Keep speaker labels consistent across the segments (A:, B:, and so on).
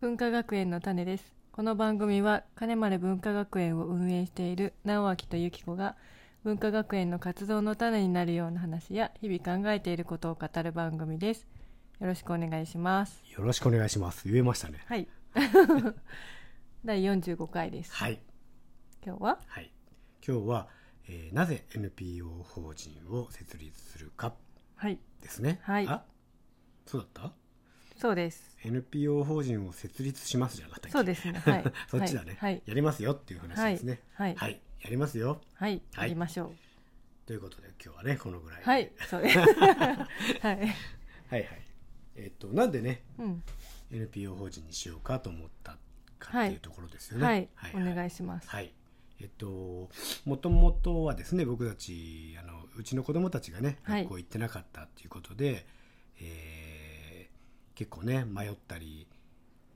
A: 文化学園の種ですこの番組は金丸文化学園を運営している直明と由紀子が文化学園の活動の種になるような話や日々考えていることを語る番組ですよろしくお願いします
B: よろしくお願いします。言えましたね。
A: はい 第45回です、
B: はい。
A: 今日は
B: はい。今日は、えーなぜ NPO 法人を設立するか
A: はい
B: ですね。
A: はい
B: あそうだっ
A: そうです
B: た ?NPO 法人を設立しますじゃなかったっけ
A: そうですねはい
B: そっちだね、
A: はい
B: やりますよっていう話
A: はい
B: ですね。
A: はい
B: は
A: はい
B: い。やりますよ。
A: はい
B: はい
A: やりましょ
B: ということで、今日はね、このぐらいうで。
A: はいそう ですはい
B: はいはい。えっと、なんでね、
A: うん
B: NPO 法人にしようかと思ったかっていうところですよね。
A: はいお願いします
B: はい。えっと、もともとはですね、僕たち、あの、うちの子供たちがね、
A: はい
B: 学校行ってなかったっていうことで、えー結構ね、迷ったり、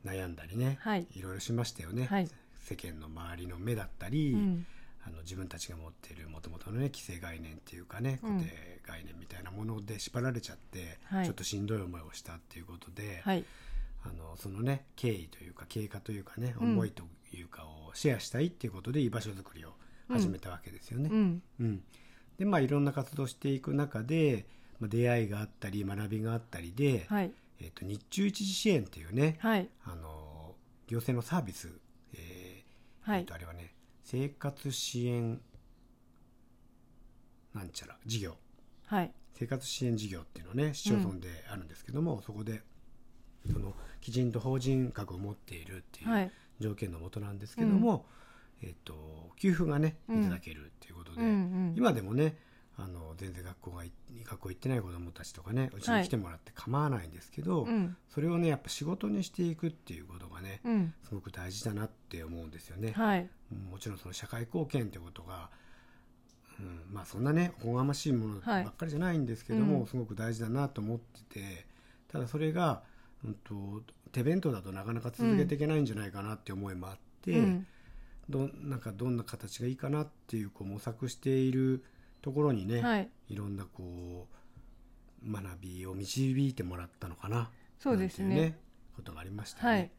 B: 悩んだりね、
A: はい
B: ろいろしましたよね。
A: はい
B: 世間の周りの目だったり、
A: うん
B: あの自分たちが持っているもともとのね既成概念っていうかね固定概念みたいなもので縛られちゃって、
A: はい
B: ちょっとしんどい思いをしたっていうことで、
A: はい
B: あのそのね経緯というか経過というかね
A: うん
B: 思いというかをシェアしたいっていうことで居場所づくりを始めたわけですよね。
A: う
B: うん
A: ん
B: でまあいろんな活動をしていく中で、まあ、出会いがあったり学びがあったりで、
A: はい
B: えっと日中一時支援っていうね、
A: はい
B: あの行政のサービス、えー
A: は
B: えっ
A: い
B: とあれはね生活支援なんちゃら事業
A: はい
B: 生活支援事業っていうのね市町村であるんですけども、そこでそのきちんと法人格を持っているってい
A: は
B: う
A: い
B: 条件のもとなんですけども、えっと給付がねい
A: うん
B: ただけるっていうことで、
A: うんうん
B: 今でもねあの全然学校がい学校行ってない子どもたちとかねうち
A: は
B: に
A: い
B: 来てもらって構わないんですけど、
A: うん
B: それをねやっぱ仕事にしていくっていうことがね
A: うん
B: すごく大事だなって思うんですよね。
A: はい
B: もちろんその社会貢献ってことが、うん、まあそんなねおこがましいものばっかりじゃないんですけども、
A: うん
B: すごく大事だなと思っててただそれが、うん、と手弁当だとなかなか続けていけないんじゃないかなって思いもあって、
A: うん
B: どんなんかどんな形がいいかなっていうこう模索しているところにね、
A: はい
B: いろんなこう学びを導いてもらったのかな
A: そうです
B: なんていう
A: ね
B: ことがありましたよね。
A: はい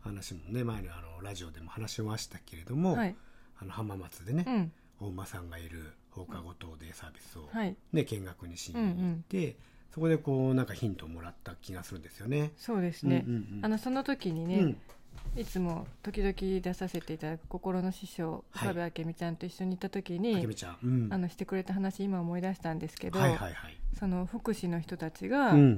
B: 話もね前のあのラジオでも話しましたけれども、
A: はい
B: あの浜松でね、
A: うん
B: 大間さんがいる放課後等デイサービスを、ね
A: はい
B: 見学にしに行って、そこでこうなんかヒントをもらった気がするんですよね。
A: そうですね
B: うんうんうん
A: あのその時に
B: う
A: ね
B: ん
A: いつも時々出させていただく心の師匠
B: はい
A: 岡部明美ちゃんと一緒にいた時
B: あけ
A: に
B: みちゃん、うん、
A: あのしてくれた話今思い出したんですけど
B: はいはいはい、
A: その福祉の人たちが
B: うん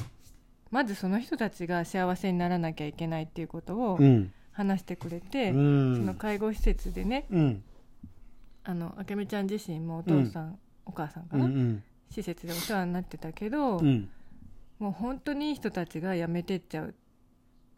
A: まずその人たちが幸せにならなきゃいけないっていうことを
B: うん
A: 話してくれて
B: う
A: そ
B: ん
A: の介護施設でね
B: うん
A: あの明美ちゃん自身もお父さんお母さんか
B: うんう
A: なん施設でお世話になってたけど
B: うん
A: もう本当にいい人たちが辞めてっちゃうっ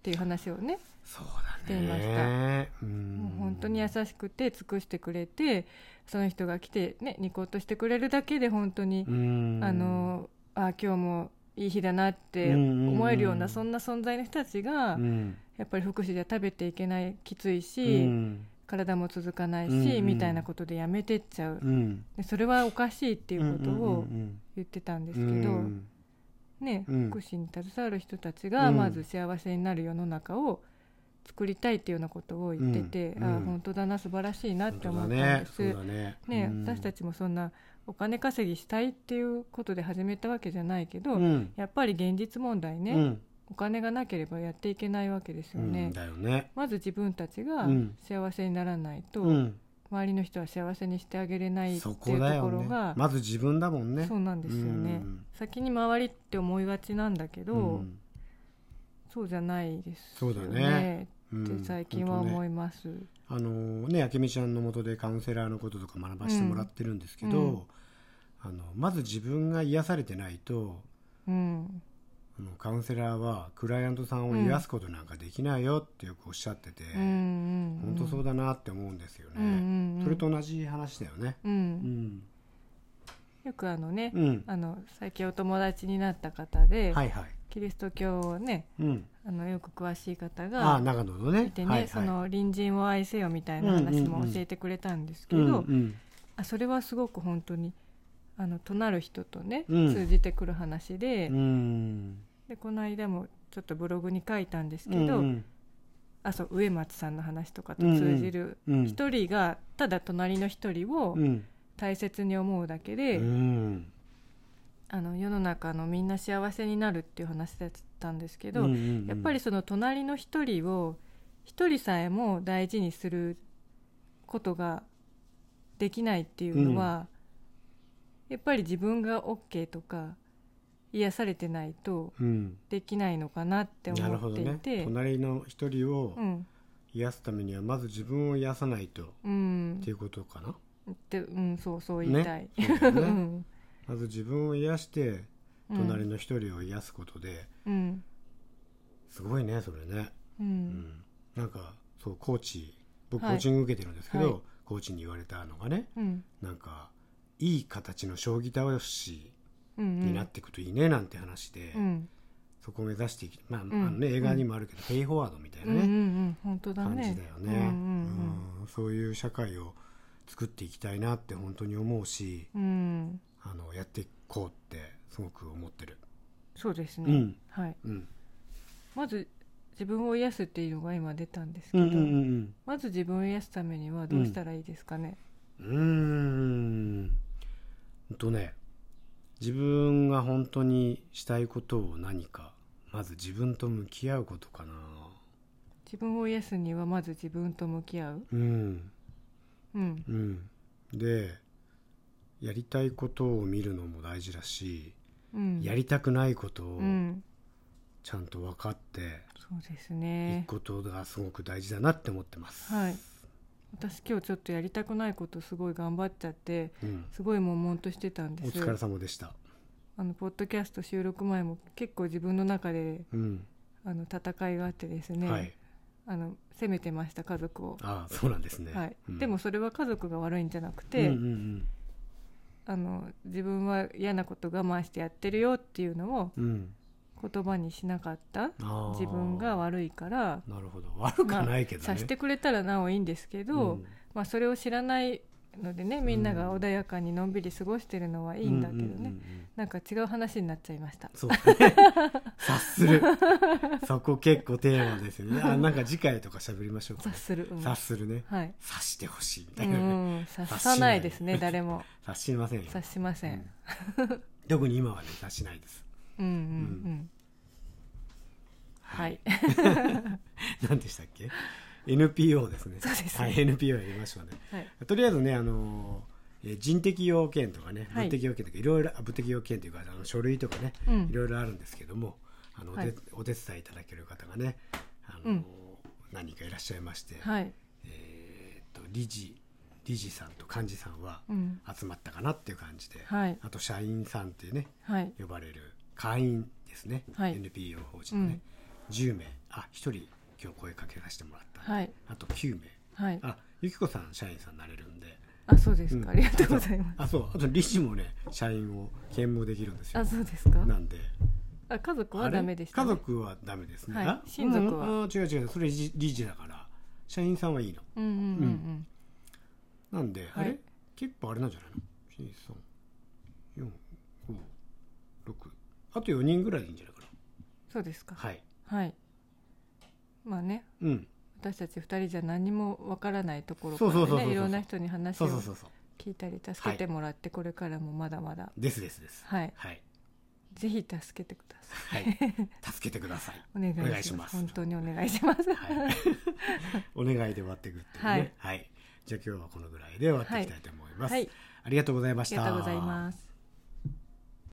A: ていう話をね、
B: そう
A: して
B: だ
A: いました
B: ね。うん
A: もう本当に優しくて尽くしてくれてその人が来てねニコッとしてくれるだけで本当に、
B: うん
A: あのあー今日もいい日だなって思えるような、
B: うん
A: そんな存在の人たちが、
B: うん
A: やっぱり福祉じゃ食べていけないきついし、
B: うん
A: 体も続かないし、
B: うんうん
A: みたいなことで辞めてっちゃう、
B: うん
A: でそれはおかしいっていうこと
B: う
A: を
B: ん
A: 言ってたんで
B: です
A: けど、ね、
B: うん
A: 福祉に携わる人たちが
B: うん
A: まず幸せになる世の中を作りたいっていうようなことを言ってて、
B: うん
A: ああ
B: うん
A: 本当だな素晴らしいなっ
B: 本
A: て
B: 当
A: 思
B: だ
A: ったん
B: ね
A: で。す。
B: そう
A: ね
B: だね。うん
A: 私たちもそんなお金稼ぎしたいっていうことで始めたわけじゃないけど、
B: うん
A: やっぱり現実問題ね、
B: うん
A: お金がなければやっていけないわけですよね。
B: うんだよね。
A: まず自分たちが
B: うん
A: 幸せにならないと、
B: うん
A: 周りの人は幸せにしてあげれないってい
B: そう
A: と
B: こだよ
A: ころ
B: ね
A: が。
B: まず自分だもんね。
A: そうなんですよね、
B: うん
A: 先に周りって思いがちなんだけど、
B: うん
A: そうじゃないです
B: そうだね
A: よねって最近は思
B: い
A: います、
B: あのね、あけみちゃんのもとでカウンセラーのこととか学ばしてもらってるんですけど、
A: うん
B: あのまず自分が癒されてないと
A: うん
B: あのカウンセラーはクライアントさんを癒すことなんかできないよってよくおっしゃってて、
A: うんうんうん
B: 本当そうだなって思うんですよね、
A: うんうんうん
B: それと同じ話だよね
A: う、
B: うんん、
A: よくあのね、
B: うん、
A: あの最近お友達になった方で、
B: はいはい、
A: キリスト教をね
B: うん、
A: あのよく詳しい方
B: ああ
A: が
B: 長野のね
A: いてね、
B: はいはい、
A: その隣人を愛せよみたいな話も教えてくれたんですけど、
B: うん
A: あそれはすごく本当にあのとなる人とね、
B: うん
A: 通じてくる話で,、
B: うんうん
A: でこの間もちょっとブログに書いたんですけ
B: うん
A: ど、
B: うん
A: あそう植松さんの話とかと通じる
B: うん
A: 一人がただ隣の一人を
B: うん
A: 大切に思うだけ
B: う
A: で、
B: ん
A: あの世の中のみんな幸せになるっていう話だったんですけど、
B: うんうん
A: やっぱりその隣の一人を一人さえも大事にすることができないっていうのは、やっぱり自分が OK とか癒されてないと
B: うん
A: できないのかなって
B: なる
A: 思
B: ほ
A: っ
B: ど
A: てい
B: ね
A: て、
B: 隣の一人を
A: うん
B: 癒すためにはまず自分を癒さないと
A: うん
B: っていうことかな、
A: ってうんそうそう言いたい、
B: ねそうだよね
A: うん
B: まず自分を癒して
A: うん
B: 隣の一人を癒すことで、
A: うん
B: すごいねそれね、
A: う
B: うん
A: ん
B: なんかそうコーチ僕コ
A: はい
B: ーチング受けてるんですけど、
A: はい
B: コーチに言われたのがね
A: うん
B: なんかいい形の将棋倒し
A: うんうん
B: になっていくといいねなんて話で、
A: うん
B: そこを目指していきまあ、
A: ん
B: あのね映画にもあるけど、ペイフォワードみたい
A: うんう
B: なん
A: う
B: ね、
A: ん本当だね
B: 感じだよね、
A: うん
B: うんそういう社会を作っていきたいなって本当に思うし
A: うんうん、うん、
B: あのやっていこうってすごく思ってる
A: そうです
B: う
A: ね、
B: ん
A: はい
B: うん
A: まず自分を癒すっていうのが今出たんですけ
B: う
A: ど、
B: んうん
A: まず自分を癒すためにはどうしたらいいですかね、
B: うんうんほんとね自分が本当にしたいことを何かまず自分と向き合うことかな
A: 自分を癒すにはまず自分と向き合う
B: うん
A: うん
B: うんでやりたいことを見るのも大事だし、
A: うん
B: やりたくないことを
A: うん
B: ちゃんと分かって、
A: そうです
B: いく
A: ね
B: ことがすごく大事だなって思ってます。
A: はい私今日ちょっとやりたくないことすごい頑張っちゃって
B: うん、
A: すごい悶々としてたん
B: お
A: です
B: 疲れ様でした。
A: あのポッドキャスト収録前も結構自分の中で
B: うん、
A: あの戦いがあってですね、
B: はい、
A: あの責めてました家族を、
B: ああ、そうなんですね。
A: はい
B: うん
A: でも、それは家族が悪いんじゃなくて、
B: うんうん
A: あの自分は嫌なこと我慢してやってるよっていうのを
B: うん、うん、
A: 言葉にしなかった
B: ああ
A: 自分が悪いから
B: なるほど、悪くはないけどね。
A: 察してくれたらなおいいんですけど、
B: うん
A: まあ、それを知らないのでねみんなが穏やかにのんびり過ごしてるのはいいんだけどね、
B: うんうんうん
A: なんか違う話になっちゃいました。
B: そうね。察する。そこ結構テーマですよね。あ、なんか次回とか喋りましょうか
A: 察。する、うん
B: 察するね。
A: はい、
B: 察してほしいみ
A: う
B: たいなね。
A: ん、察さないですね誰も
B: 察しませんよ。
A: 察しません、
B: うん特に今はね、察しないです。
A: うん、うんうんはい、
B: 何でしたっけ NPO ですね
A: そうですね
B: はい、NPO やりましょうね
A: はい、
B: とりあえずねあのえー人的要件とかね
A: はい
B: 物的要件とかいろいろあ物的要件というかあの書類とかね
A: うん
B: いろいろあるんですけどもあの、お手
A: はい
B: お手伝いいただける方がねあの、
A: うん
B: 何人かいらっしゃいまして、
A: はい、
B: えーっと理事理事さんと幹事さんは
A: うん、
B: 集まったかなっていう感じで、
A: はい
B: あと社員さんっていうね
A: はい、
B: 呼ばれる会員ですね、
A: はい
B: NPO 法人のね、10名あ1人今日声かけさせてもらった、
A: はい、
B: あと9名
A: はい、
B: あゆきこさん社員さんなれるんで
A: あ、そうです
B: うん
A: か、ありがとうございます。
B: あそうあと理事もね社員を兼務できるんですよ
A: あ、そうですか。
B: なんで
A: あ、家族
B: あ
A: は
B: れ
A: ダメでした、
B: 家
A: ね。
B: 族はダメですね、
A: はい
B: あ
A: 親族は
B: うんうん違う違うそれ理事理事だから社員さんはいいの
A: うんうんうんうん。
B: なんで、
A: はい
B: あれ結構あれなんじゃないの12345あと4人ぐらいでいいんじゃないかな
A: そうですか。
B: はい
A: はい。まあね、
B: うん
A: 私たち二人じゃ何もわからないところか
B: そうそうそう
A: ら
B: そうそ
A: ね、
B: う
A: いろんな人に話
B: そ
A: を
B: うそうそうそう
A: 聞いたり助けてもらって、これからもまだまだ、
B: ですですです
A: はい、
B: はい、
A: ぜひ助けてください。
B: はい、助けてください
A: お願いし
B: お
A: ま
B: 願い
A: す。
B: します
A: 本当にお願いします。
B: はい、お願いで終わっていくっていうねは
A: はいい、
B: じゃあ今日はこのぐらいで終わっていきたいと思います、
A: はい、
B: ありがとうございま
A: あ
B: し
A: り
B: た
A: がとうございます。